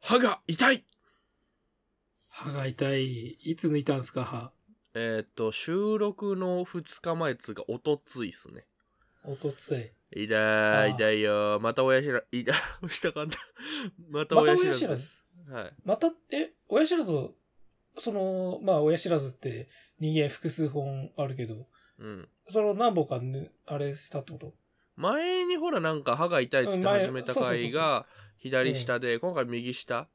歯が痛い歯が痛い。いつ抜いたんすか、歯。えーっと、収録の2日前っつうか、おとついっすね。おとつい。痛あい、ー痛いよ。また親知ら、痛い、した かんだ。またまた親知らず親知らです。はい。また、え、親知らずを、その、まあ、親知らずって人間複数本あるけど、うん。その何本かぬ、あれしたってこと前にほら、なんか歯が痛いっつって始めた回が、左下で、今回右下。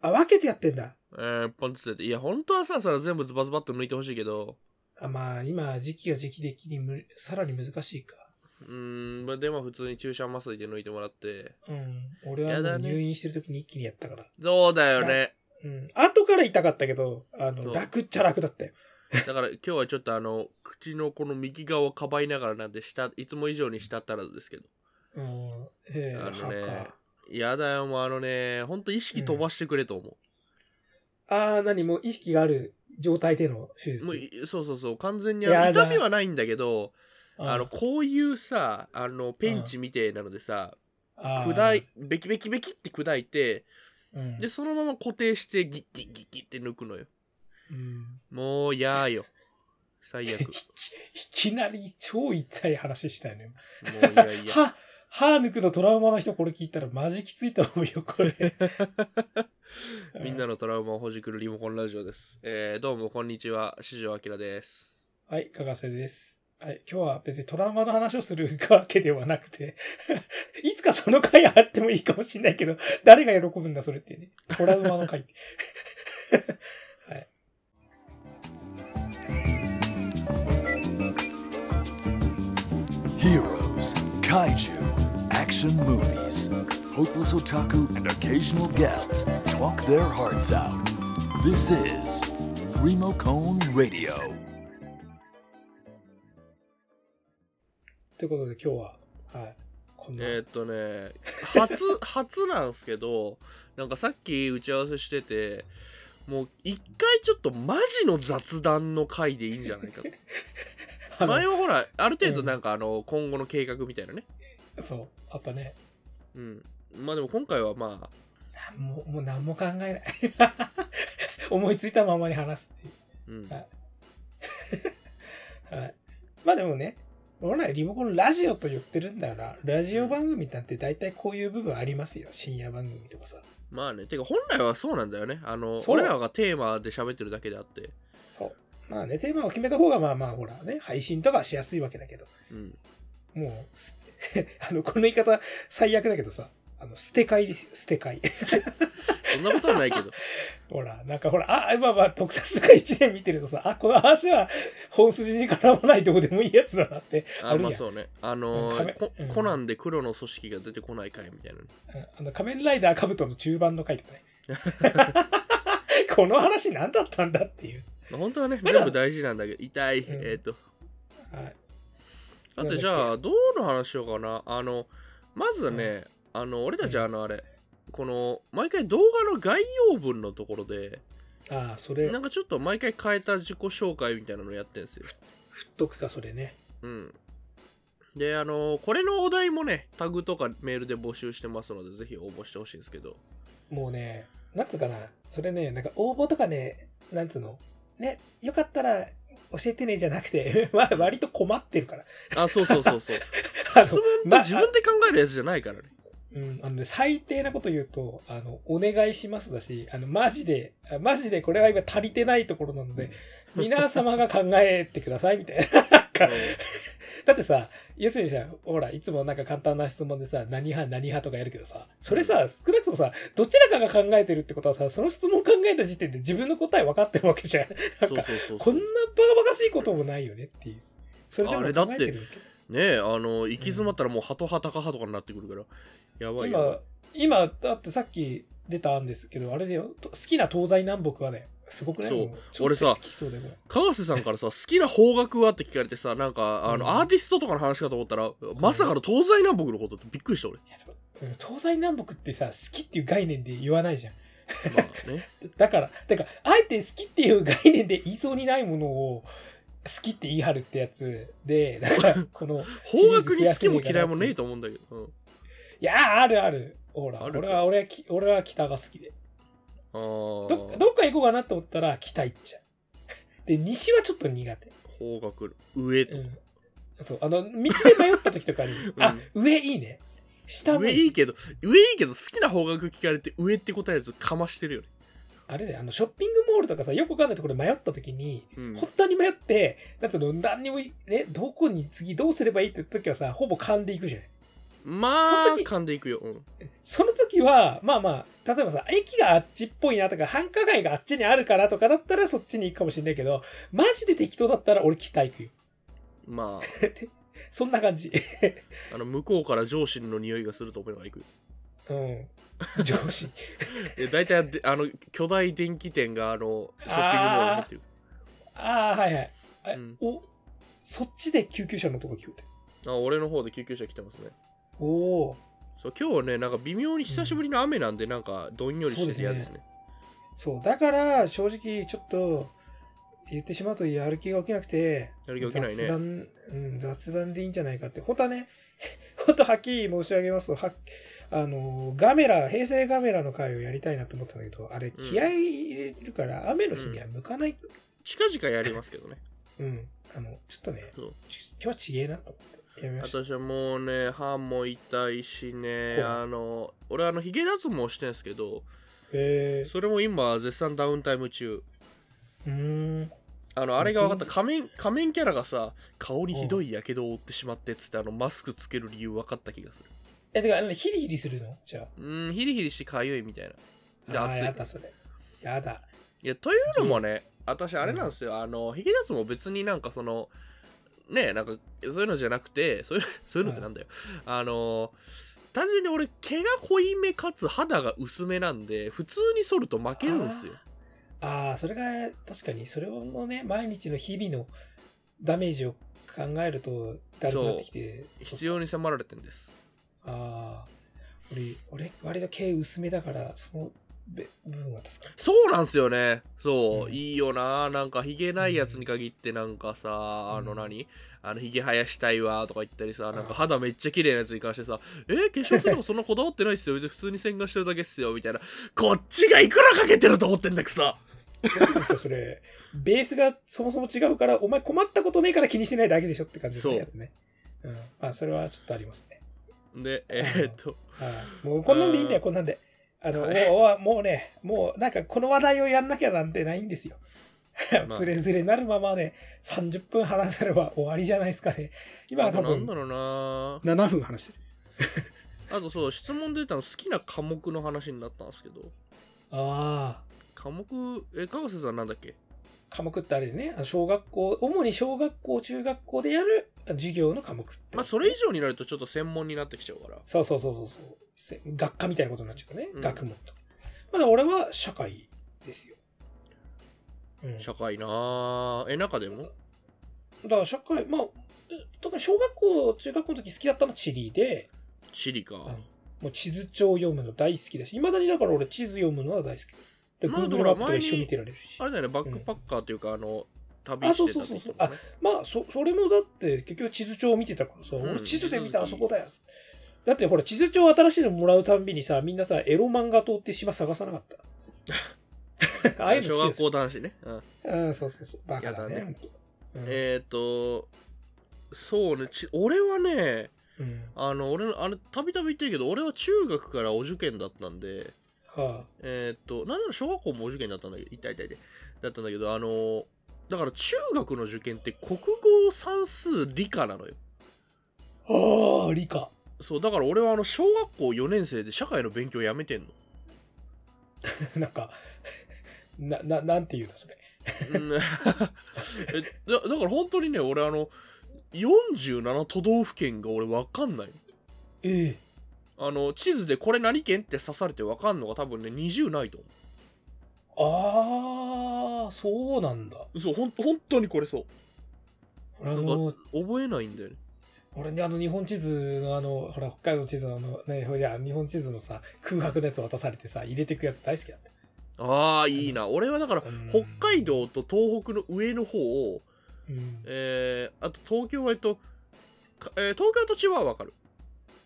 あ、分けてやってんだ。えー、ポンってつって。いや、本当はさ、それ全部ズバズバっと抜いてほしいけど。あ、まあ、今、時期が時期的にむ、さらに難しいか。うーん、まあでも普通に注射麻酔で抜いてもらって。うん。俺はやもうだね入院してる時に一気にやったから。そうだよね。うん。後から痛かったけど、あその、う楽っちゃ楽だったよ。だから今日はちょっとあの、口のこの右側をかばいながらなんで、下、いつも以上に下ったらずですけど。うん。ええあの歯ねか。やだよ、もうあのね、ほんと意識飛ばしてくれと思ああ、何もう意識がある状態での手う。術。もうい、そうそうそう、完全にあのやだ痛みはないんだけど、うんあの、こういうさ、あの、ペンチみてえなのでさ、あー砕い、べきべきべきって砕いて、うんで、そのまま固定してギッギッギッギッって抜くのよ。うんもう、やーよ。最い悪。もきなり超痛い話したよね。う、いやいや。 歯、歯抜くのトラウマの人これ聞いたらマジきついと思うよ、これ。 みんなのトラウマをほじくるリモコンラジオです。えー、どうもこんにちは、四条明です。はい、かがせです。はい、今日は別にトラウマの話をするわけではなくて、 いつかその回あってもいいかもしれないけど、誰が喜ぶんだ、それっていうね。トラウマ の回。はい。 Heroes, kaiju, action movies. Hopeless otaku and occasional guests talk their hearts out. This is Remocone Radio. ということで今日は、はい、こんな。えー、っとね、初、 初なんすけど、なんかさっき打ち合わせしてて、もう一回ちょっとマジの雑談の回でいいんじゃないかと。 あの前はほら、ある程度なんかあの、今後の計画みたいなね。そう、あったね。うん。まあでも今回はまあ、なんももう何も考えない。 思いついたままに話すっていう。うん。はい。まあでもね、俺らリモコンラジオと言ってるんだから、ラジオ番組なんて大体こういう部分ありますよ。深夜番組とかさ。まあね、てか本来はそうなんだよね。あの、そう俺らがテーマで喋ってるだけであって。そう。まあね、テーマを決めた方がまあまあほらね、配信とかしやすいわけだけど、うん。もうす、 あの、この言い方最悪だけどさ、あの、捨て会ですよ、捨て会。 そんなことはないけど。ほら、なんかほら、あ、まあまあ、特撮とか1年見てるとさ、あ、この話は本筋に絡まないとこでもいいやつだなってああるやんまあそうねあのうん仮面ーこうんコナンで黒の組織が出てこないかいみたいなねうんあの、仮面ライダーカブトの中盤の回とかね。 この話何だったんだっていう。まあ本当はねまだ全部大事なんだけど痛い、うんえっ、とはあい。なんだっとけじゃあどうの話しようかなあのまずね、あの俺たちうんあのあれ、この毎回動画の概要文のところでああ、それ、なんかちょっと毎回変えた自己紹介みたいなのやってんですよ振っとくか、それね。うんであのーこれのお題もねタグとかメールで募集してますのでぜひ応募してほしいんですけどもうね、なんつうかな、それね、なんか応募とかね、なんつうの、ね、よかったら教えてねじゃなくて、 わ割と困ってるから。あそうそうそうそう あ質問、のってま自分で考えるやつじゃないからねうん、あのね、最低なこと言うと、あの、お願いしますだし、あの、マジで、あマジでこれは今足りてないところなので、皆様が考えてください、みたいな。なんかだってさ、要するにさ、ほら、いつもなんか簡単な質問でさ、何派何派とかやるけどさ、それさ、少なくともさ、どちらかが考えてるってことはさ、その質問考えた時点で自分の答え分かってるわけじゃん。なんそうか、そうそうそうこんなバカバカしいこともないよねっていう。それでもあれだって考えてるんですけど。ねえあの行き詰まったらもうハトハタカハとかになってくるからやばいよ今、今、だってさっき出たんですけど、あれだよ、と好きな東西南北はね、すごくね、そうも超俺さ適当だよこれ川瀬さんからさ好きな方角はって聞かれてさなんかあの、うんアーティストとかの話かと思ったらまさかの東西南北のことってびっくりした 俺いやでもうん東西南北ってさ、好きっていう概念で言わないじゃん。まあねだから、だから、あえて好きっていう概念で言いそうにないものを、好きって言い張るってやつで、だ から、この、方角に好きも嫌いもねえと思うんだけど、うんいやー、あるある。ほら、あるか俺は、俺はき、俺は北が好きで。あどーどっか行こうかなと思ったら北行っちゃう。で、西はちょっと苦手。方角上とう、ん。そう、あの、道で迷った時 とかに、あ、上いいね。下も上いいいいけど上いいけど好きな方角聞かれて上って答えるとかましてるよね、あれだよ、あの、ショッピングモールとかさ、よくわかんないところで迷った時に、うん、本当に迷って、なんつうの、何にもい、ね、どこに次どうすればいいって時はさ、ほぼ勘でいくじゃない。まそあの時噛んでいくよ、うん、その時は、まあまあ、例えばさ、駅があっちっぽいなとか、繁華街があっちにあるからとかだったらそっちに行くかもしれないけど、マジで適当だったら俺北行くよ。まそんな感じ。 ああの向こうから上司の匂いがすると思いながら行くようん。上司。いや大体であの巨大電気店があのショッピングモールに入ってるああ、はいはい。あうんお、そっちで救急車のとこ聞こえて。あ俺の方で救急車来てますねおおー。そう今日はねなんか微妙に久しぶりの雨なんで、なんかどんよりしてて嫌ですねそう、だから、正直、ちょっと、言ってしまうと、やる気が起きなくて、やる気が起きないね雑談、うん、雑談でいいんじゃないかって。本当はね、 本当はっきり申し上げますと、はっあの、ガメラ、平成ガメラの回をやりたいなと思ったんだけど、あれ、うん気合い入れるから、雨の日には向かないと。近々やりますけどねうん、あの、ちょっとね、そうち今日はちげえなと思って、やめました。私はもうね歯も痛いしねほうあの俺あのヒゲ脱毛してんですけどえー、それも今絶賛ダウンタイム中うーん。あのあれが分かった仮面仮面キャラがさ顔にひどいやけどを負ってしまってっつってあのマスクつける理由分かった気がするえ、てか、あのヒリヒリするのじゃあ。うんヒリヒリしてかゆいみたいなであー暑いやだ、それ。やだ。いやというのもね私あれなんですよ、あのヒゲ脱毛別になんかそのねえなんかそういうのじゃなくてそういう そういうのってなんだよ、あの単純に俺毛が濃いめかつ肌が薄めなんで普通に剃ると負けるんですよああ、それが確かに、それをね、毎日の日々のダメージを考えると、だるくなってきて。必要に迫られてんですああ、俺、俺、割と毛薄めだから、そのべ部分は助かる。そうなんすよねそう、うんいいよななんかヒゲないやつに限ってなんかさ、あの何あのヒゲ生やしたいわとか言ったりさなんか肌めっちゃ綺麗なやつに関してさえー化粧するのそんなこだわってないっすよ別に普通に洗顔してるだけっすよみたいなこっちがいくらかけてると思ってんだくさそうですよそれ、ベースがそもそも違うから、お前困ったことねえから気にしてないだけでしょって感じのそうやつね。うん。まあ、それはちょっとありますね。でえーっとはい。もう、こんなんでいいんうだよ、んこんなんで。あの、はいもう、もうね、もう、なんか、この話題をやんなきゃなんてないんですよ。まあずれずれなるままね、30分話せれば終わりじゃないですかね。今はあと多なん分だろうな7分話してる。あとそう質問で言ったの好きな科目の話になったんですけどああ。科目え加賀瀬さんなんだっけ科目ってあれでね、あの小学校、主に小学校、中学校でやる授業の科目って。まあそれ以上になるとちょっと専門になってきちゃうからそうそうそうそうそうせ。学科みたいなことになっちゃうからね。うん学問とか。まだ俺は社会ですよ。うん。社会なあえ中でもだから社会、まあ、え特に小学校、中学校の時好きだったのは地理で、地理か。もう地図帳読むの大好きだし、いまだにだから俺地図読むのは大好きだ。で、まあ Google マップとか一緒に見てられるしあ。れだよね、バックパッカーというか、あの、旅してたあそうそう時そうそうとかね。まあそそれもだって結局地図帳を見てたからさ、うん俺地図で見た地あ図そ好きこだよだってほら地図帳新しいのもらうたんびにさみんなさエロ漫画島って島探さ なかったああいうの小好学きですよ校男子ね。うんうんそうそうそうバカだねやだねほんとうんえっと、そうね、ち俺はね、うんあの、俺の、あれ、たびたび言ってるけど、俺は中学からお受験だったんで、はえっと、なんなら小学校もお受験だったんだけど、痛い痛い痛い。だったんだけど、あの、だから中学の受験って国語算数理科なのよ。あ、はあ理科 そう、だから俺はあの、小学校4年生で社会の勉強やめてんの。なんか なななんて言うんだそれうん えだだから本当にね俺あの47都道府県が俺分かんないええあの地図でこれ何県って刺されて分かんのが多分ね20ないと思ああそうなんだうそうほん本当にこれそ俺あのう覚えないんだよね俺ね、あの日本地図のあの、ほら、北海道地図のあの、ね、ほいじゃあ日本地図のさ、空白のやつ渡されてさ、入れてくやつ大好きだった。ああいいな俺はだからうん北海道と東北の上の方を、うん。えー、あと東京はえっと、かえー東京と千葉は分かる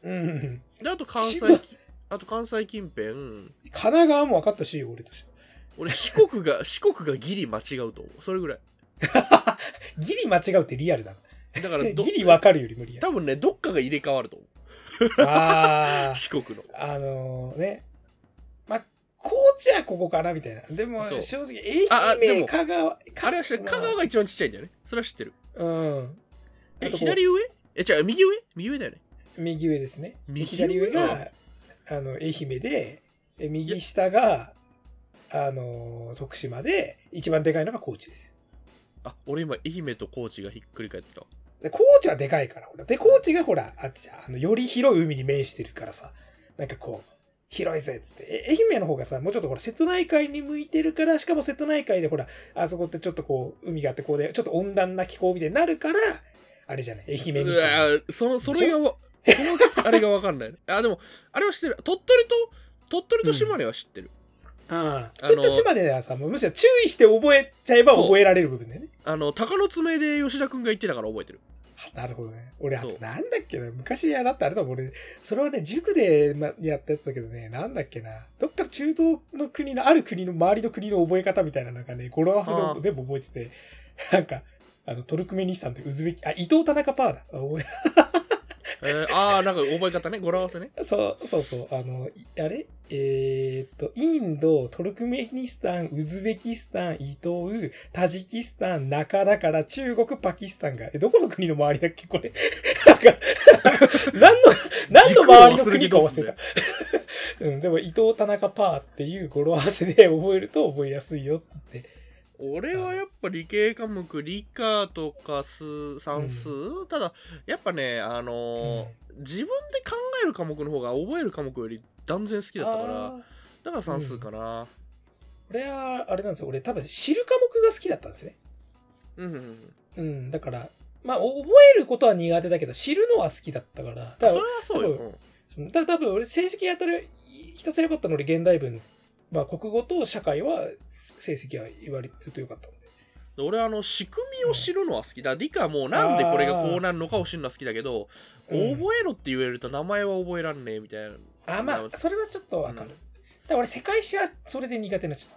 うん。であと関千葉西あと関西近辺神奈川も分かったし、俺として。俺四国が四国がギリ間違うと思うそれぐらいギリ間違うってリアルだな。だから どギリわかるより無理や。多分ねどっかが入れ替わると思あう四国のあ、あのね。まあ、高知はここかなみたいな。でも、そう正直、愛媛ああでも香川、あれは知ってる香川が一番ちっちゃいんだよねそれは知ってるうん。えあとこう左上え違う右上右上だよね右上ですね。右上左上が、あの、愛媛で、え右下が、あの、徳島で、一番でかいのが高知ですよ。あ俺今愛媛と高知がひっくり返ってたで高知はでかいから、ほら。で、高知がほら、あっちあの、より広い海に面してるからさ、なんかこう、広いぜっつって。え愛媛の方がさ、もうちょっとほら、瀬戸内海に向いてるから、しかも瀬戸内海でほら、あそこってちょっとこう、海があって、こうで、ちょっと温暖な気候みたいになるから、あれじゃない、愛媛みうたいな。わそのそれがわそのあれが分かんないね あでもあれは知ってる鳥取と鳥取と島根は知ってる、ああ。あの鳥と島根ではさ、もうむしろ注意して覚えちゃえばそう覚えられる部分だよね。あの鷹の爪で吉田君が言ってたから覚えてるあ なるほどね。俺、あとそうなんだっけな、昔やだってあれだもん、俺、それはね、塾でまやったやつだけどね、なんだっけな、どっか中東の国の、ある国の周りの国の覚え方みたいなのがね、語呂合わせあーで全部覚えてて、なんか、あのトルクメニスタンってウズベキ、あ、伊藤田中パーだ。あ覚ええー、ああ、なんか覚え方ね、語呂合わせね。そうそうそう、あの、いあれえーっと、インド、トルクメニスタン、ウズベキスタン、伊藤、タジキスタン、中だから、中国、パキスタンが、え、どこの国の周りだっけこれ。 なんか、何の、何の周りの国か忘れた。うん、でも、伊藤、田中、パーっていう語呂合わせで覚えると覚えやすいよっつって。俺はやっぱ理系科目、理科とか数算数、ただ、やっぱね、あのー自分で考える科目の方が覚える科目より断然好きだったから、あーだから算数かな。俺は、あれなんですよ。俺、多分、知る科目が好きだったんですね。うん。うんうん、だから、まあ、覚えることは苦手だけど、知るのは好きだったから。それだかはらそうよ。多うんそのた多分俺成績当たるひたすら良かったの俺現代文、まあ、国語と社会は成績は言われてと良かったので俺はあの仕組みを知るのは好きだ。理科はもうなんでこれがこうなるのかを知るのは好きだけど、うん覚えろって言えると名前は覚えらんねえみたいな。あまなるほあそれはちょっとわかる、だから俺世界史はそれで苦手になっちゃった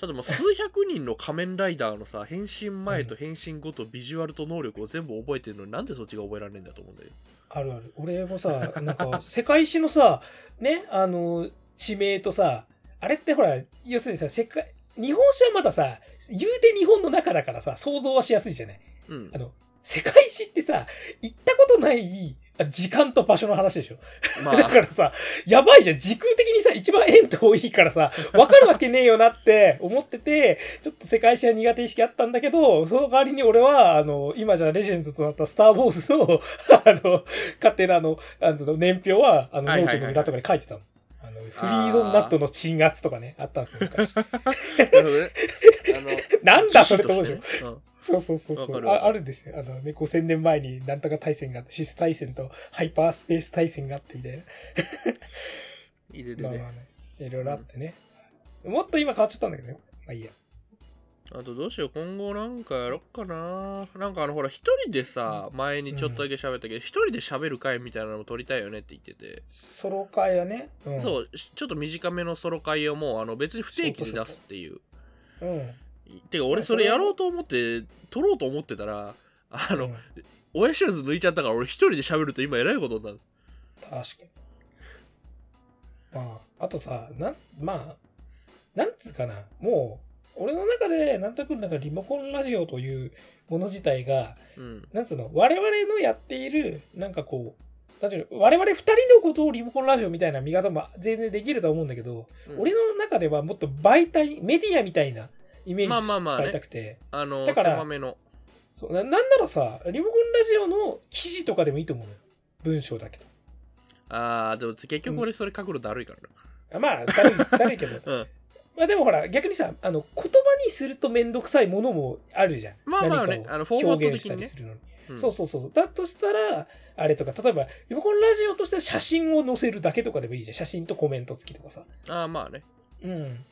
ただもう数百人の仮面ライダーのさ変身前と変身後とビジュアルと能力を全部覚えてるのになんでそっちが覚えられないんだと思うんだよあるある俺も さなんか世界史のさねあの地名とさあれってほら要するにさ世界日本史はまださ言うて日本の中だからさ想像はしやすいじゃないうんあの世界史ってさ行ったことないあ時間と場所の話でしょ まだあからさ、やばいじゃん。時空的にさ、一番円遠いからさ、わかるわけねえよなって 思ってて、ちょっと世界史は苦手意識あったんだけど、その代わりに俺は、あの、今じゃレジェンズとなったスター・ウォーズの、 あの、勝手なあの、あのその年表は、あの、ノはいはいはいートの裏とかに書いてたの。あの、フリードナットの鎮圧とかね、あったんですよ、 昔。なるほどねあのなんだそれって思う騎でしょ士としてねうんそうそうそうそわかうるわかあ。るあるんですよ。あのね、5000年前になんとか対戦があって、シス対戦とハイパースペース対戦があってみたいな。入れるまあまあねね、いろいろあってね、もっと今変わっちゃったんだけどね。まあいいや。あとどうしよう今後なんかやろっかななんかあのほら一人でさ前にちょっとだけ喋ったけど一人で喋る回みたいなのも撮りたいよねって言っててソロ会はね。うん、そうちょっと短めのソロ回をもうあの別に不定期で出すっていうう。うん。てか俺それやろうと思って撮ろうと思ってたらあのうん親知らず抜いちゃったから俺一人で喋ると今えらいことになる確かに。まあ、あとさ、なん、まあ、なんつうかな、もう、俺の中で、なんとなくなんかリモコンラジオというもの自体が、うんなんつうの、我々のやっている、なんかこう、なんていうの我々二人のことをリモコンラジオみたいな見方も全然できるとは思うんだけど、うん俺の中ではもっと媒体、メディアみたいなイメージまあまあまあね使いたくて。あのだから狭めのそうななんならさリモコンラジオの記事とかでもいいと思うのよ文章だけどあーでも結局俺それ書くのだるいかあまあだ るいだるいけどらな、うん、まあでもほら逆にさあの言葉にすると面倒くさいものもあるじゃんまあまあね何かをあのフォーマット的にね表現したりするのにうんそうそうそうだとしたらあれとか例えばリモコンラジオとしては写真を載せるだけとかでもいいじゃん写真とコメント付きとかさあーまあねうん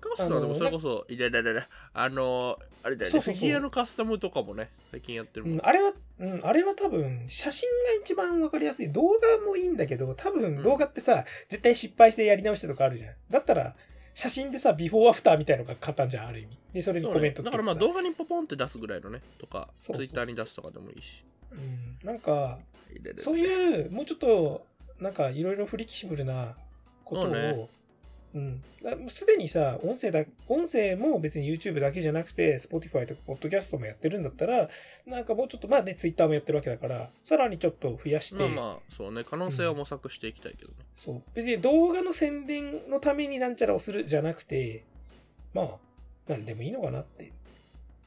カスタムはでもそれこそいやいやいやいやあのあれだよそねうフそうそうィギュアのカスタムとかもね最近やってるうもん、ん、あれは、うん、あれは多分、写真が一番わかりやすい。動画もいいんだけど、多うん分動画ってさ、絶対失敗してやり直してとかあるじゃん。だったら、写真でさ、ビフォーアフターみたいのが買ったんじゃん、ある意味。で、それにそうコメねントつだけてからさまあ動画にポポンって出すぐらいのねとかツそうそうそうそうイッターに出すとかでもいいしうん、なんか、入れれるそういう、もうちょっと、なんか、いろいろフレキシブルなことそうをね、うん、だもうすでにさ音声だ、音声も別に YouTube だけじゃなくて、Spotify とか Podcast もやってるんだったら、なんかもうちょっと、まあね、Twitter もやってるわけだから、さらにちょっと増やして、まあまあそうね可能性を模索していきたいけどね、そう別に動画の宣伝のためになんちゃらをするじゃなくて、まあ、なんでもいいのかなって。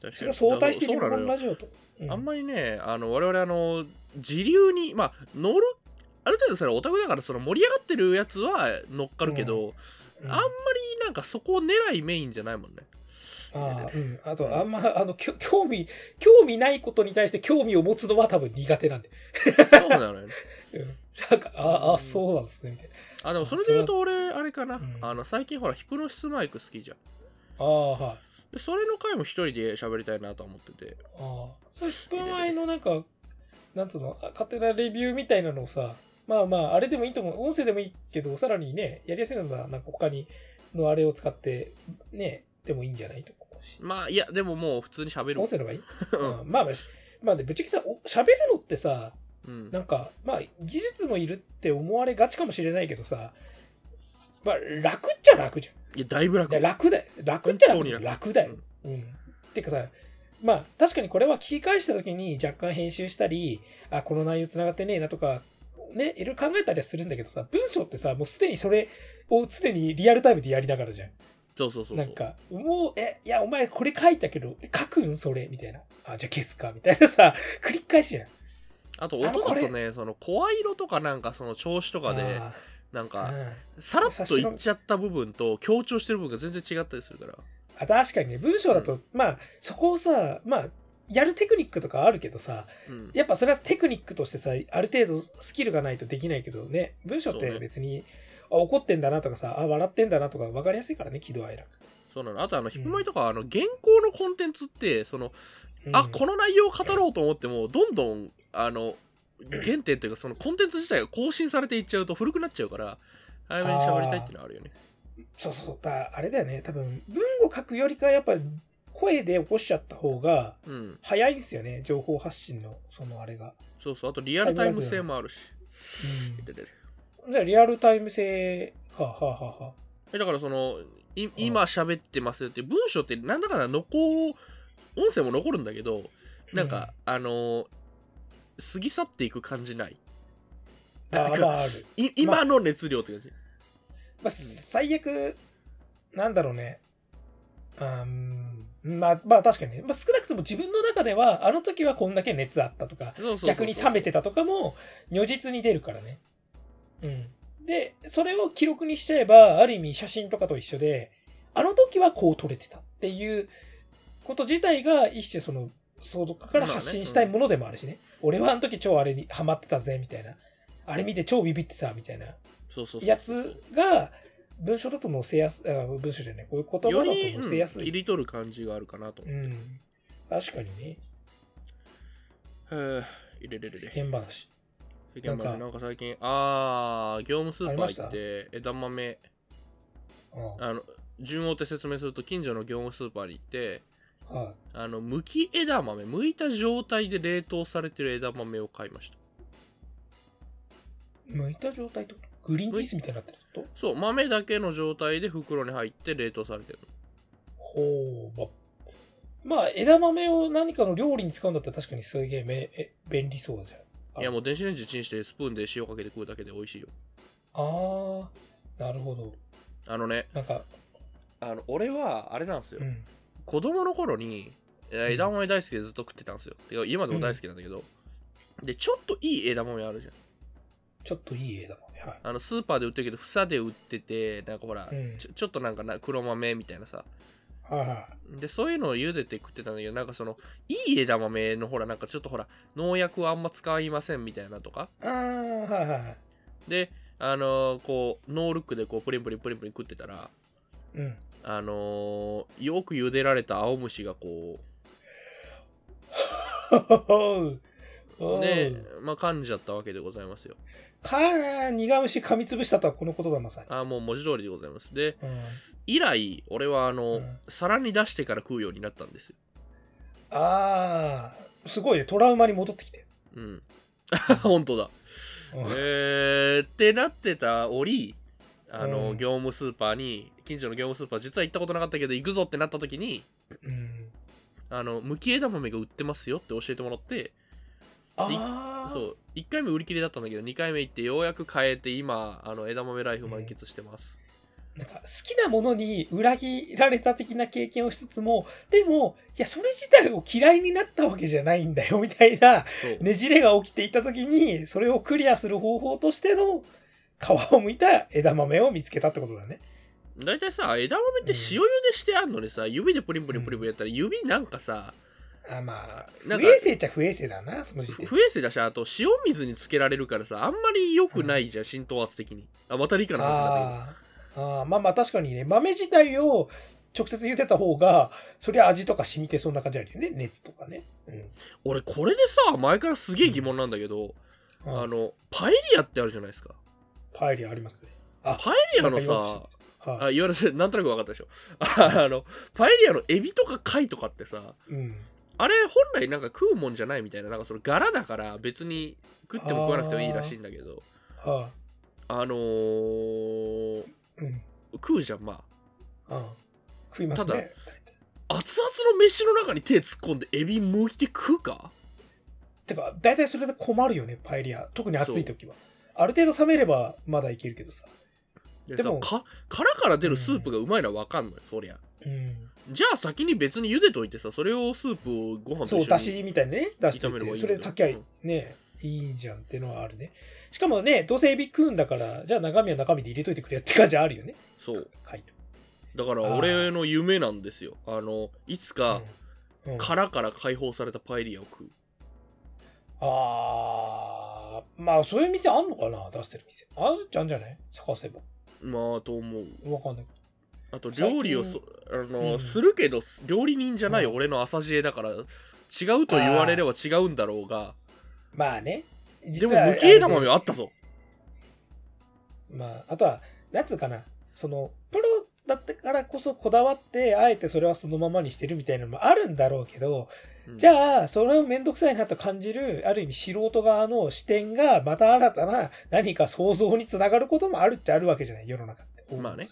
確かにそれを相対して日そうな本のよラジオと。うあんまりねあの我々あの自流にまあ乗るある程度それはオタクだからその盛り上がってるやつは乗っかるけど、うんあんまりなんかそこを狙いメインじゃないもんねああ、うん。あと、あんま、あの、きょ興味、興味ないことに対して興味を持つのは多分苦手なんで。そうなのよ ねうん。なんか、ああ、そうなんですね、みたいな。あでもそれで言うと俺あれかな、うんあの最近ほらヒプノシスマイク好きじゃんああ、はい。でそれの回も一人で喋りたいなとは思っててああ。それ、引く前のなんか、なんつうの、あ勝手なレビューみたいなのをさ、まあまあ、あれでもいいと思う。音声でもいいけど、さらにね、やりやすいのは、なんか他にのあれを使って、ね、でもいいんじゃないと思うし。まあいやでももう普通に喋る音わ声の方がいい、うんうん、まあまあ、しまあね、ぶっちゃけさ、お喋るのってさ、うんなんか、まあ、技術もいるって思われがちかもしれないけどさ、まあ、楽っちゃ楽じゃん。いやだいぶ楽で楽だよ。楽っちゃ楽本当じにゃ楽楽だよ。うん。てかさ、まあ、確かにこれは聞き返した時に若干編集したり、あ、この内容つながってねえなとか、ね、いろいろ考えたりはするんだけどさ、文章ってさ、もうすでにそれを常にリアルタイムでやりながらじゃん。そうそうそうそうなんか、もう、え、いや、お前これ書いたけど、え書くんそれみたいな。あ、じゃあ消すかみたいなさ、 繰り返しじゃん。あとあの音こだれとねその声色とかなんかその調子とかであなんーかうんさらっと言っちゃった部分と強調してる部分が全然違ったりするからあ確かにね文章だと、まあそこをさまあやるテクニックとかあるけどさうんやっぱそれはテクニックとしてさある程度スキルがないとできないけどね文章っそうてね別に、あ怒ってんだなとかさあ笑ってんだなとか分かりやすいからね喜怒哀楽、そうなのあとあのヒップマイとかはあの原稿のコンテンツってそのうんあこの内容を語ろうと思ってもどんどんあの原点というかそのコンテンツ自体が更新されていっちゃうと古くなっちゃうから早めに喋りたいっていうのはあるよねそうそうそうだあれだよね多分文を書くよりかやっぱ声で起こしちゃった方がうん早いんですよね情報発信のそのあれが、そうそうあとリアルタイム性もあるしうんでででじゃあリアルタイム性かはあ、はあはあえだからそのい今喋ってますよって文章ってなんだかんだ残音声も残るんだけどなんか、あのー過ぎ去っていく感じないあなんかまああるい今の熱量って感じ、まあ、最悪、なんだろうね。あーうんまあ、まあ確かにね。まあ、少なくとも自分の中では、あの時はこんだけ熱あったとか、そうそうそうそう逆に冷めてたとかも、如実に出るからね。うん。で、それを記録にしちゃえば、ある意味写真とかと一緒で、あの時はこう撮れてたっていうこと自体が、一種その、相続から発信したいものでもあるしね。俺はあの時超あれにハマってたぜ、みたいな。あれ見て超ビビってた、みたいな。そうそうそうやつが文章だと載せやすい、あ文章じゃない、こういう言よ葉だとり、載せやすうん切い。り取る感じがあるかなとう思う、ん。確かにへね、ー入れれれ世れ間話。世間話なんかなんか最近あー業務スーパありましーた行って枝豆ああの順を追って説明すると近所の業務スーパーに行ってあはいあの剥き枝豆剥いた状態で冷凍されてる枝豆を買いました剥いた状態ってことグリーンピースみたいになってるってことそう豆だけの状態で袋に入って冷凍されてるのほう、まあ。まあ、枝豆を何かの料理に使うんだったら確かにすげえめえ便利そうじゃん。あいやもう電子レンジチンしてスプーンで塩かけて食うだけで美味しいよああ、なるほど。あのねなんか、あの俺はあれなんですよ、うん。子供の頃にえーうん枝豆大好きでずっと食ってたんですよ、てか今でも大好きなんだけど、でちょっといい枝豆あるじゃんちょっといい枝豆。はい。あのスーパーで売ってるけど房で売っててなんかほら、うんちょちょっとなんかな黒豆みたいなさはいはでそういうのを茹でて食ってたんだけどなんかそのいい枝豆のほらなんかちょっとほら農薬はあんま使いませんみたいなとかい。ああ、はいはいはい。であのーこうノールックでこうプリンプリンプリンプリン食ってたらうん。 あのーよく茹でられた青虫がこうほほほうで、まあ、噛んじゃったわけでございますよ。か苦虫噛みつぶしたとはこのことだまさに、あーもう文字通りでございます。で、うん以来、俺はあの、うん皿に出してから食うようになったんですよ。ああすごいねトラウマに戻ってきてうん。 本当だ。うんえー、ってなってた折あの、うん業務スーパーに近所の業務スーパー実は行ったことなかったけど行くぞってなった時にうんあのむき枝豆が売ってますよって教えてもらってああそう1回目売り切れだったんだけど2回目行ってようやく買えて今あの枝豆ライフ満喫してます、なんか好きなものに裏切られた的な経験をしつつもでもいやそれ自体を嫌いになったわけじゃないんだよみたいなそうねじれが起きていた時にそれをクリアする方法としての皮を剥いた枝豆を見つけたってことだね大体さ枝豆って塩茹でしてあんのにさ指でプリンプリンプリンプリンやったら指なんかさあまあなん不か衛生っちゃ不衛生だなその時点不衛生だしあと塩水につけられるからさあんまり良くないじゃん浸透圧的にあまた理科の話だったけどあーあーまあまあ確かにね豆自体を直接茹でた方がそりゃ味とか染みてそんな感じあるよね熱とかね、うん俺これでさ前からすげえ疑問なんだけど、あのパエリアってあるじゃないですかパエリアありますねあパエリアのなんか言おうさとしてたはい、あ言われてなんとなく分かったでしょ あのパエリアのエビとか貝とかってさうんあれ本来なんか食うもんじゃないみたいななんかその柄だから別に食っても食わなくてもいいらしいんだけどはあのー、あ、うん、食うじゃんまああ食いますただね大体あ熱々の飯の中に手突っ込んでエビ剥いて食うかてか大体それで困るよねパエリア特に暑い時はある程度冷めればまだいけるけどさででもさか殻から出るスープがうまいのは分かんのよ、そりゃうんじゃあ先に別に茹でといてさそれをスープをご飯とそう一緒だにしみたいなね出して炒めればいいんだよそれで炊きゃいいねいいんじゃんってのはあるねしかもねどうせエビ食うんだからじゃあ中身は中身で入れといてくれよって感じあるよねそうはいだからあー俺の夢なんですよあのいつかうんうん殻から解放されたパエリアを食うあーまあそういう店あんのかな出してる店あるっちゃあんじゃない探せばまあと思うわかんないあと料理をそあの、うんするけど料理人じゃないうん俺の朝知恵だから違うと言われれば違うんだろうがまあねで実もは無形玉はあったぞまあ、あとは、なんつうかな、その、プロだったからこそこだわって、あえてそれはそのままにしてるみたいなのもあるんだろうけど、じあゃあ、それをめんどくさいなと感じる、ある意味素人側の視点が、また新たな何か想像につながることもあるっちゃあるわけじゃない、世の中って。まあね。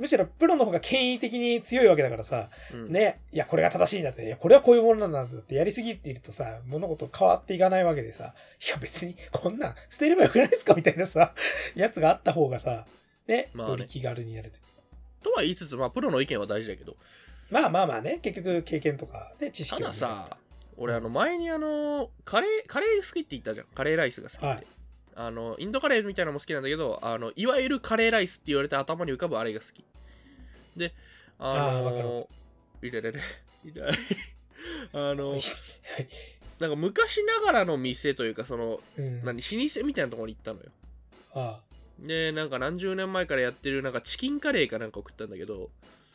むしろプロの方が権威的に強いわけだからさ、うんね、いや、これが正しいんだって、いや、これはこういうものなんだって、やりすぎているとさ、物事変わっていかないわけでさ、いや、別に、こんなん捨てればよくないですかみたいなさ、やつがあった方がさ、ね、まあねより気軽にやれて。とは言いつつまあプロの意見は大事だけどまあまあまあね、結局、経験とか、ね、た知識をださ、俺あの前にあのカレーカレー好きって言ったじゃんカレーライスが好きって、はいあのインドカレーみたいなのも好きなんだけどあのいわゆるカレーライスって言われて頭に浮かぶあれが好きでああーわかるのいれれれいれれ れあはのいなんか昔ながらの店というかその うん、何老舗みたいなところに行ったのよああでなんか何十年前からやってるなんかチキンカレーかなんか送ったんだけど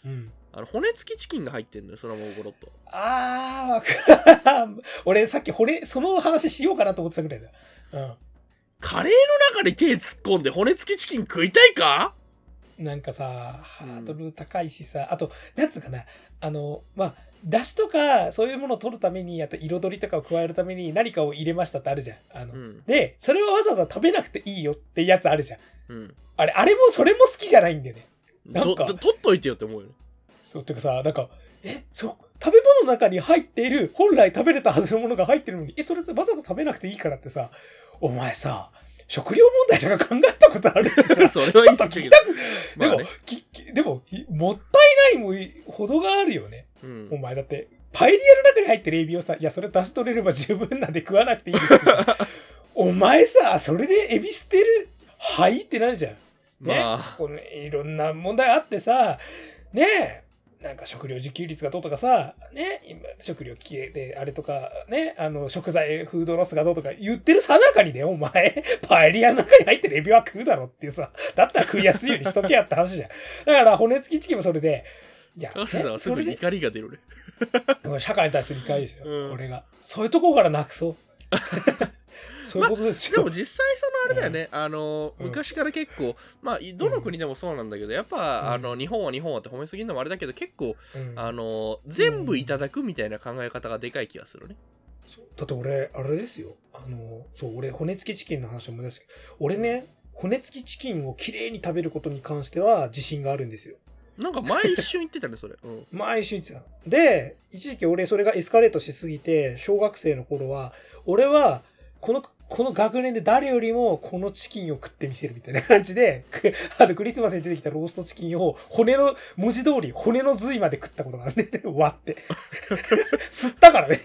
うん。あの骨付きチキンが入ってんのよそのままゴロっとあー、わかる。俺、さっき、骨、その話しようかなと思ってたぐらいだ。うん。カレーの中に手突っ込んで骨付きチキン食いたいかなんかさ、ハうんードル高いしさ、あと、なんつうかな、あの、まあ、だしとか、そういうものを取るために、あと彩りとかを加えるために何かを入れましたってあるじゃん。あの、うんで、それはわざわざ食べなくていいよってやつあるじゃん。うんあれ、あれもそれも好きじゃないんだよね。なんかどど取っといてよって思う よねそう、てかさ、なんか、え、そう、食べ物の中に入っている、本来食べれたはずのものが入ってるのに、え、それってわざと食べなくていいからってさ、お前さ、食料問題とか考えたことあ るそれは言い過ぎだけどでまあも、ねききでも、いもったいないもいほどがあるよね。うんお前だって、パエリアの中に入ってるエビをさ、いや、それ出し取れれば 十分なんで食わなくていいですよお前さ、それでエビ捨てる、はいってなるじゃん。ね、まあこのいろんな問題あってさ、ねえ、なんか食料自給率がどうとかさ、ね、今食料消えてあれとか、ね、あの食材、フードロスがどうとか言ってるさなかにね、お前、 パエリアの中に入ってるエビは食うだろっていうさ、だったら食いやすいようにしとけやって話じゃん。だから骨付きチキンもそれで、いや、高橋さんねはすそぐれで怒りが出るね社会に対する理解ですよ、うん 俺がそういうところからなくそうそういうことですでよ。も実際そのあれだよね、あのうん昔から結構まあどの国でもそうなんだけどやっぱ、うんあの日本は日本はって褒めすぎるのもあれだけど結構うんあの全部いただくみたいな考え方がでかい気がするね、そうだって俺、あれですよ。あの、そう、俺、骨付きチキンの話思い出すけど、俺ね、骨付きチキンをきれいに食べることに関しては自信があるんですよ。なんか前一瞬言ってたねそれ、 うん、毎週言ってた。で、一時期俺それがエスカレートしすぎて、小学生の頃は、俺は、この、この学年で誰よりもこのチキンを食ってみせるみたいな感じで、 くあのクリスマスに出てきたローストチキンを骨の、文字通り骨の髄まで食ったことがあるんで、割って。 吸ったからね。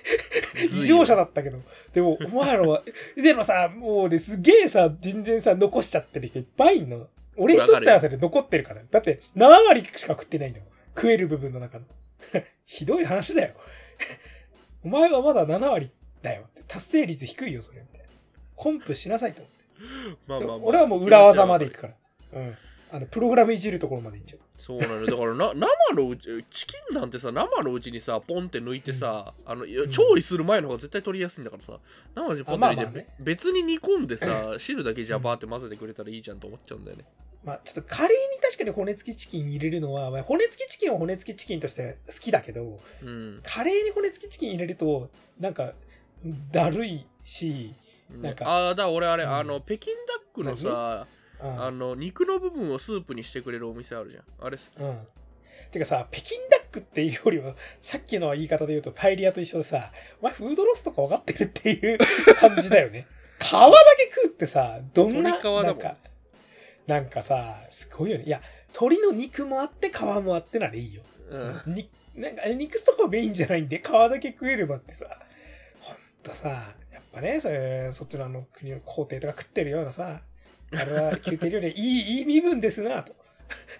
異常者だったけど。でも、お前らは、でもさ、もうね、すげえさ、全然さ、残しちゃってる人いっぱいいんの。俺にとってはそれ残ってるから。だって、7割しか食ってないんだよ。食える部分の 中の。ひどい話だよ。 お前はまだ7割だよ。達成率低いよ、それ。みたいな。コンプしなさいと思って。まあまあまあ俺はもう裏技まで行くから。うん。あの、プログラムいじるところまで行っちゃう。そうなのよだからな生のうちチキンなんてさ生のうちにさポンって抜いてさ、あのいやうん調理する前の方が絶対取りやすいんだからさ生のうちにポンって抜いて、あまあまあねべ別に煮込んで さ汁だけジャバーって混ぜてくれたらいいじゃんと思っちゃうんだよねまあ、ちょっとカレーに確かに骨付きチキン入れるのは、まあ骨付きチキンは骨付きチキンとして好きだけど、うんカレーに骨付きチキン入れると、なんか、だるいし、なんかああーだから俺あれ、うんあの北京ダックのさうんあの肉の部分をスープにしてくれるお店あるじゃんあれ好きうん。てかさ、北京ダックっていうよりは、さっきの言い方で言うとパエリアと一緒でさ、お前フードロスとか分かってるっていう 感じだよね。皮だけ食うってさ、どんな、鶏皮だもんなんか、なんかさ、すごいよね。いや、鶏の肉もあって皮もあってならいいよ。うんになんかえ肉とかメインじゃないんで皮だけ食えればってさほんとさやっぱねそれそっちのあの国の皇帝とか食ってるようなさあれは宮廷料理いいいい身分ですなと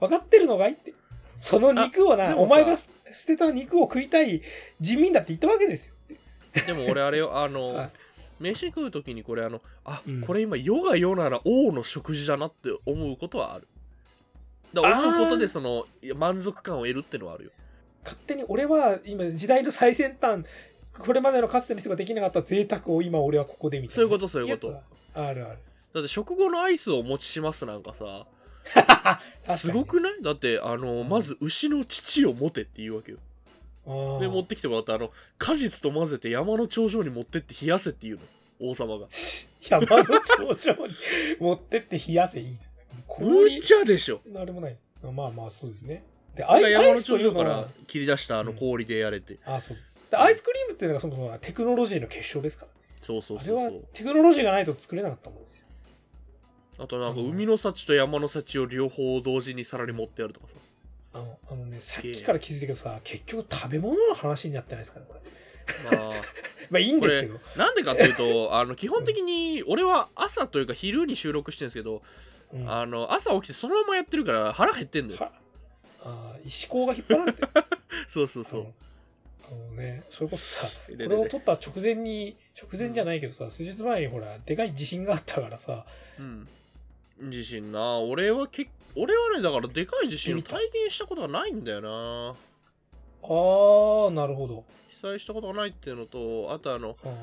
分かってるのかいってその肉をあでなもおさ前が捨捨てた肉を食いたい人民だって言ったわけですよってでも俺あれ よあの、はい飯食う時にこれあのあ、うんこれ今世が世なら王の食事だなって思うことはあるだからあー思うことでそのいや満足感を得るってのはあるよ勝手に俺は今時代の最先端これまでのかつての人ができなかった贅沢を今俺はここでみたいなそういうことそういうことやつはあるあるだって食後のアイスをお持ちしますなんかさ確かにすごくないだってあのまず牛の乳を持てって言うわけよあーで持ってきてもらったあの果実と混ぜて山の頂上に持ってって冷やせっていうの王様が 山の頂上に持ってって冷やせいいな。氷むちゃでしょなるもない。まあまあそうですね。で、ア俺がイア山イのスと頂いう上のからは、切り出したあのうん氷でやれて、あそう。で、アイスクリームっていうのがそもそもテクノロジーの結晶ですから。そうそうあそうれそうはテクノロジーがないと作れなかったもんですよ。あとなんか海の幸と山の幸を両方同時に皿に持ってやるとかさ。あのあのね、さっげえきから気づいたけどさ、結局食べ物の話になってないですから、これ。ままあい いあ、んこですけれど。、なんでかっていうと、あの基本的に俺は朝というか昼に収録してるんですけど、うん、ああの朝起きてそのままやってるから腹減ってんだよ。はあー思考が引っ張られてる。 そうそうそあうの。あのね、それこそさ、ででこでれを撮った直前に、直前じゃないけどさ、数日前にほら、でかい地震があったからさ、うん。地震な。俺はけ俺はね、だからでかい地震を体験したことがないんだよな。あー、なるほど。被災したことがないっていうのと、あとあの、あー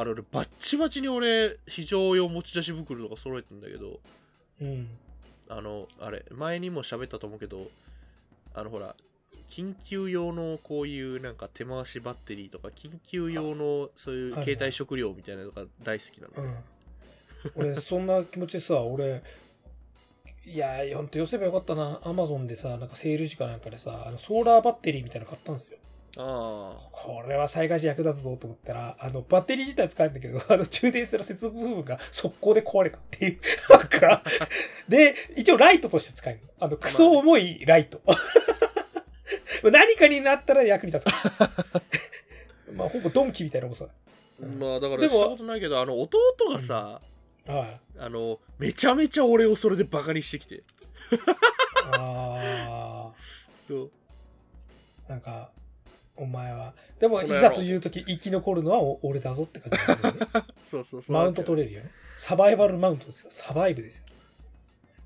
あれ俺バッチバチに俺、非常用持ち出し袋とか揃えてんだけど、うん。あの、あれ、前にも喋ったと思うけど、あの、ほら、緊急用のこういうなんか手回しバッテリーとか、緊急用のそういう携帯食料みたいなのが大好きなの。うん。 俺、そんな気持ちでさ、俺、いやー、ほんと寄せばよかったな。アマゾンでさ、なんかセール時かなんかでさ、あのソーラーバッテリーみたいなの買ったんですよ。ああ。これは災害時役立つぞと思ったら、あの、バッテリー自体使えるんだけど、 あの、充電したら接続部分が 速攻で壊れたっていう。なんか、で、一応ライトとして使えるの。あの、クソ重いライト。 何かになったら役に立つから。 まあ、ほぼドンキみたいな重さ。うんまあ、だかでらもしたことないけど、あの、弟がさ、はい。あの、めちゃめちゃ俺をそれでバカにしてきて。あそう。ー、なんか、お前は。でも、こいの野郎ざという時生き残るのはお俺だぞって感じだよね。そうそうそう。マウント取れるよね。サバイバルマウントですよ。サバイブですよ。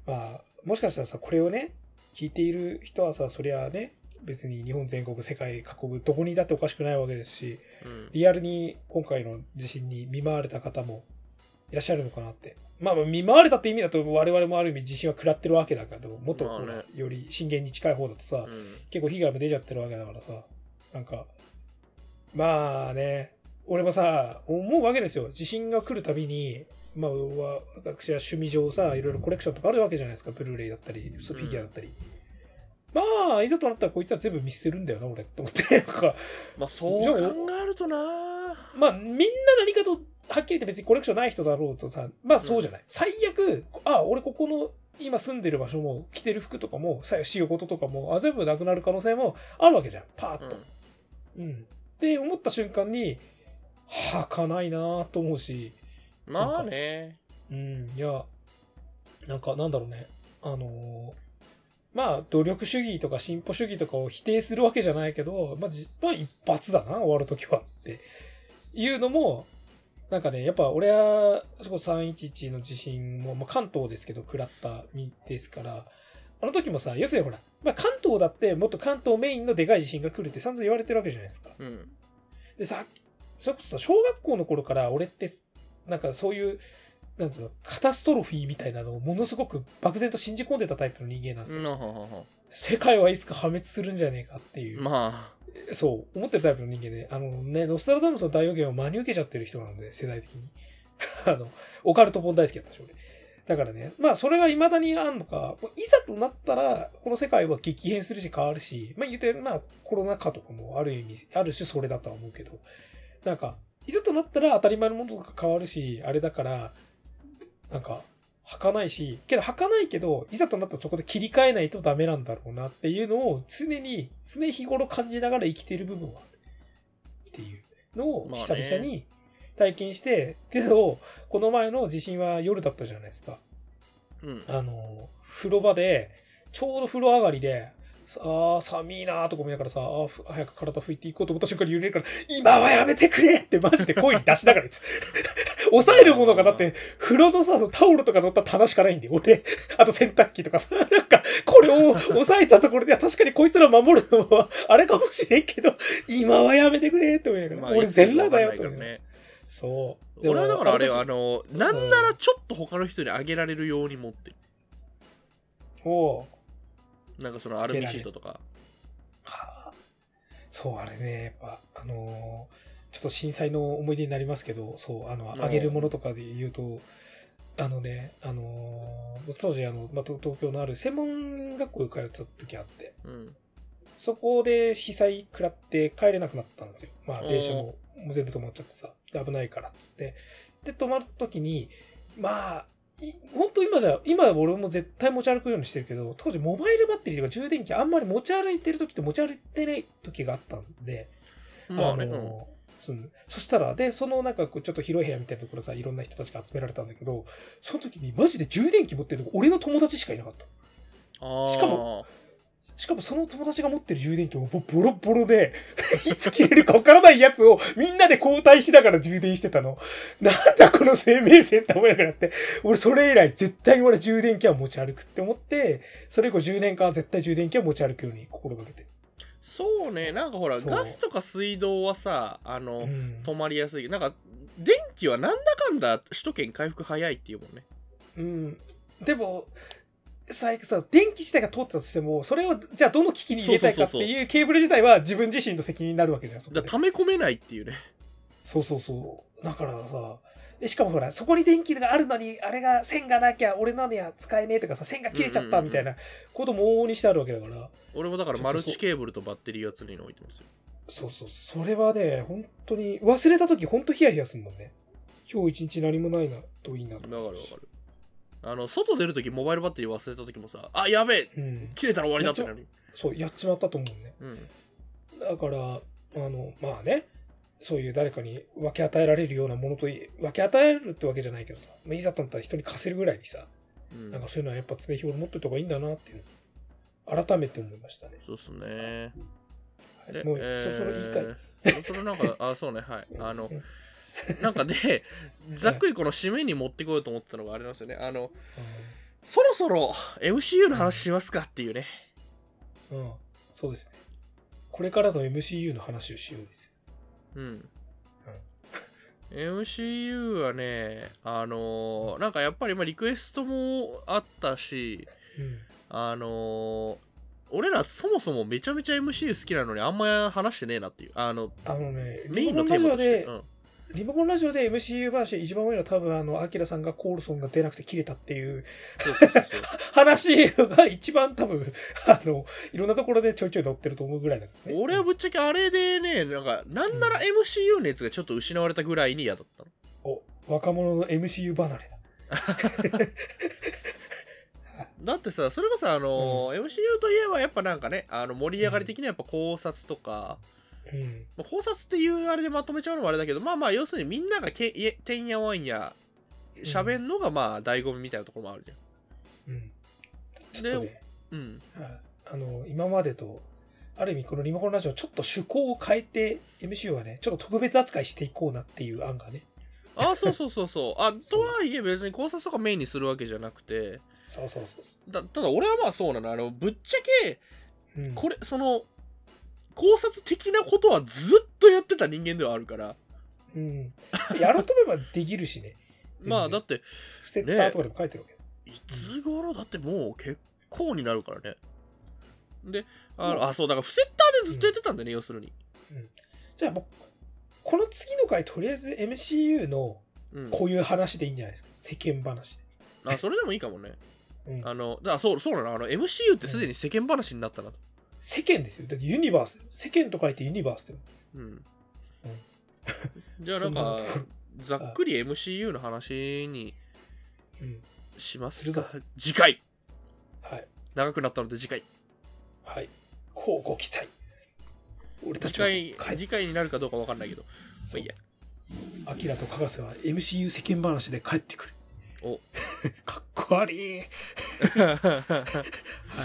まあ、もしかしたらさ、これをね、聞いている人はさ、そりゃね、別に日本全国世界各国どこにだっておかしくないわけですしうんリアルに今回の地震に見舞われた方もいらっしゃるのかなって。まあ、見舞われたって意味だと我々もある意味地震は食らってるわけだけどもっとまあねほらより震源に近い方だとさ、うん結構被害も出ちゃってるわけだからさなんかまあね俺もさ思うわけですよ地震が来るたびにまあわ私は趣味上さいろいろコレクションとかあるわけじゃないですかブルーレイだったりフィギュアだったり、まあいざとなったらこいつは全部見捨てるんだよな俺って思って なんかまあそうじゃあ考えるとなまあみんな何かとはっきり言って別にコレクションない人だろうとさまあそうじゃない、最悪あ俺ここの今住んでる場所も着てる服とかもさ仕事とかもあ全部なくなる可能性もあるわけじゃんパーッうと、んうん、って思った瞬間にはかないなぁと思うし、まあねうん、いやなんかなんだろうねあのーまあ努力主義とか進歩主義とかを否定するわけじゃないけど、まあ、じまあ一発だな終わる時はっていうのもなんかねやっぱ俺はそこ311の地震も、まあ、関東ですけど食らった身ですからあの時もさ要するにほら、まあ、関東だってもっと関東メインのでかい地震が来るって散々言われてるわけじゃないですか。うんでさそれこそさ小学校の頃から俺ってなんかそういうなんつうのカタストロフィーみたいなのをものすごく漠然と信じ込んでたタイプの人間なんですよ、なははは世界はいつか破滅するんじゃねえかっていう、まあそう思ってるタイプの人間であのねノスタルダムスの大予言を真に受けちゃってる人なので世代的に あのオカルト本大好きだったし俺だからねまあそれがいまだにあんのかもういざとなったらこの世界は激変するし変わるしまあ言ってまあコロナ禍とかもある意味ある種それだとは思うけどなんかいざとなったら当たり前のものとか変わるしあれだからなんか儚いしけど儚いけどいざとなったらそこで切り替えないとダメなんだろうなっていうのを常に常日頃感じながら生きてる部分はあるっていうのをまあね久々に体験して、けどこの前の地震は夜だったじゃないですかうんあの風呂場でちょうど風呂上がりであー寒いなーとか思いながらさあーふ早く体拭いていこうと思った瞬間に揺れるから今はやめてくれってマジで声に出しなが ら言ってた抑えるものがだって風呂のさそのタオルとか乗った棚しかないんで俺あと洗濯機とかさなんかこれを抑えたところで確かにこいつら守るのはあれかもしれんけど今はやめてくれって思いながら、まあ俺いつか全裸だよわとかん思ないいなけどねがらそうでも俺はだからあれの時あのなんならちょっと他の人にあげられるように持ってるおうなんかそのアルミシートとかはあそう、あれね、やっぱ、あのーちょっと震災の思い出になりますけど、そう、あの、んあげるものとかで言うと、あのね、あのー当時、あの、まあ、東東京のある専門学校に通ってた時あって、うんそこで被災食らって帰れなくなったんですよ。まあ、電車ももう全部止まっちゃってさ、で危ないからっつって。で、止まる時に、まあ、い本当今じゃ、今は俺も絶対持ち歩くようにしてるけど、当時モバイルバッテリーとか充電器あんまり持ち歩いてる時と持ち歩いてない時があったんで、まあねのうんそのそしたら、で、そのなんかこうちょっと広い部屋みたいなところさ、いろんな人たちが集められたんだけど、その時にマジで充電器持ってるのが俺の友達しかいなかった。あーしかもしかもその友達が持ってる充電器もボボロボロで、 いつ切れるかわからないやつをみんなで交代しながら充電してたの。なんだこの生命線って思いながらやって、俺それ以来絶対に俺充電器は持ち歩くって思って、それ以降10年間は絶対充電器は持ち歩くように心がけて。そうねなんかほらそうガスとか水道はさあうのん。止まりやすいけどなんか電気はなんだかんだ首都圏回復早いっていうもんねうん、でも、最悪さ、電気自体が通ったとしても、それをじゃあどの機器に入れたいかってそうそういうケーブル自体は自分自身の責任になるわけじゃん。そこでだから溜め込めないっていうね そうそうそう。だからさ、でしかもほら、そこに電気があるのに、あれが線がなきゃ俺のには使えねえとかさ、線が切れちゃったみたいなことも往々にしてあるわけだから、俺もだからマルチケーブルとバッテリーは常に置いてますよそうそうそう、それはね、本当に、忘れた時本当ヒヤヒヤするもんね。今日一日何もないな、といいなわと。かるわかるあの外出るときモバイルバッテリー忘れたときもさあやべえうん。切れたら終わりだってなるそう、やっちまったと思うね。うんだから、あの、まあね、そういう誰かに分け与えられるようなものとい、分け与えるってわけじゃないけどさ、まあ、いざとなったら人に貸せるぐらいにさ、うんなんかそういうのはやっぱ常日頃持っておいた方がいいんだなっていうのを改めて思いましたね。そうっすねはいでもう、えそろそろいいかい。ーそろそろなんかあそうねはいあのうんなん かでざっくりこの締めに持ってこようと思ってたのがあれなんですよねあのそろそろ MCU の話しますかっていうねうん、そうですね。これからの MCU の話をしようですよ。うん。MCU はね、あのーなんかやっぱりまあリクエストもあったし、うんあのー俺らそもそもめちゃめちゃ MCU 好きなのにあんま話してねえなっていう、あの、あのね、メイリンモのコンテラーマジオとして。でう、ん、リモコンラジオで MCU 話一番多いのは多分あの、アキラさんがコールソンが出なくて切れたっていうそうそうそうそう。話が一番多分、 あの、いろんなところでちょいちょい載ってると思うぐらいだからね。俺はぶっちゃけあれでね、なんか、なんなら MCU のやつがちょっと失われたぐらいに嫌だったの。お、若者の MCU 離れだ。だってさ、それがさ、あのー MCU といえばやっぱなんかね、あの盛り上がり的にはやっぱ考察とか、うん。まあ考察っていうあれでまとめちゃうのもあれだけど、まあまあ、要するにみんながけいえてんやわんや、喋んのがまあ、醍醐味みたいなところもあるじうん。ちょっとね、ゃん。うん。はいあの、今までと、ある意味このリモコンラジオちょっと趣向を変えて MCU はね、ちょっと特別扱いしていこうなっていう案がね。あそうそうそう そう。あ、とそうはいえ別に考察とかメインにするわけじゃなくて、そうそうそうそだただ俺はまあそうなの。あの、ぶっちゃけ、う。うん、これ、その、考察的なことはずっとやってた人間ではあるから、うん。やろうと思えばできるし ね。まあ全然だって、フセッターとかでも書いてるわけだ。いつ頃だってもう結構になるからね。で、あのあ、そう、だからフセッターでずっとやってたんだよね、要するに。じゃあもう、この次の回とりあえず MCU のうん。こういう話でいいんじゃないですか。世間話で。あ、それでもいいかもね。うんあの、だからそう、そうなの。あの、MCU ってすでに世間話になったなと。世間ですよ。だってユニバースだよ。世間と書いてユニバースだよ。うん。 じゃあなんそんかなのとこ、ざっくり MCU の話にうん。しますかす。次回はい。長くなったので次回。はい。こうご期待。俺た次ちは回、はい次回になるかどうかわかんないけど。まあいいや。アキラとカガセは MCU 世間話で帰ってくる。お。 かっこ悪い。はい。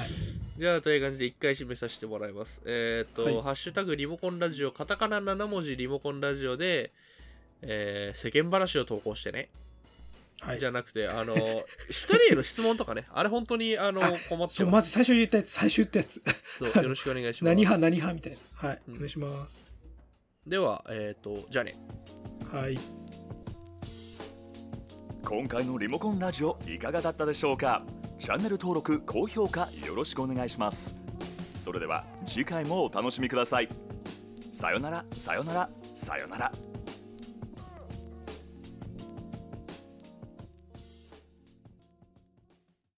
じゃあという感じで1回締めさせてもらいます。えーっと、はいハッシュタグリモコンラジオ、カタカナ7文字リモコンラジオで、えー世間話を投稿してね。はい。じじゃゃなくて、 あの、2人への質問とかね、あれ本当にあのあ困ってあ、まますず最初に言ったやつ、最初言ったやつ。そうよろしくお願いします。何派何派みたいな。はい。うんお願いします。では、えーっと、じゃあね。はい。今回のリモコンラジオいかがだったでしょうかチャンネル登録高評価よろしくお願いしますそれでは次回もお楽しみくださいさよならさよならさよなら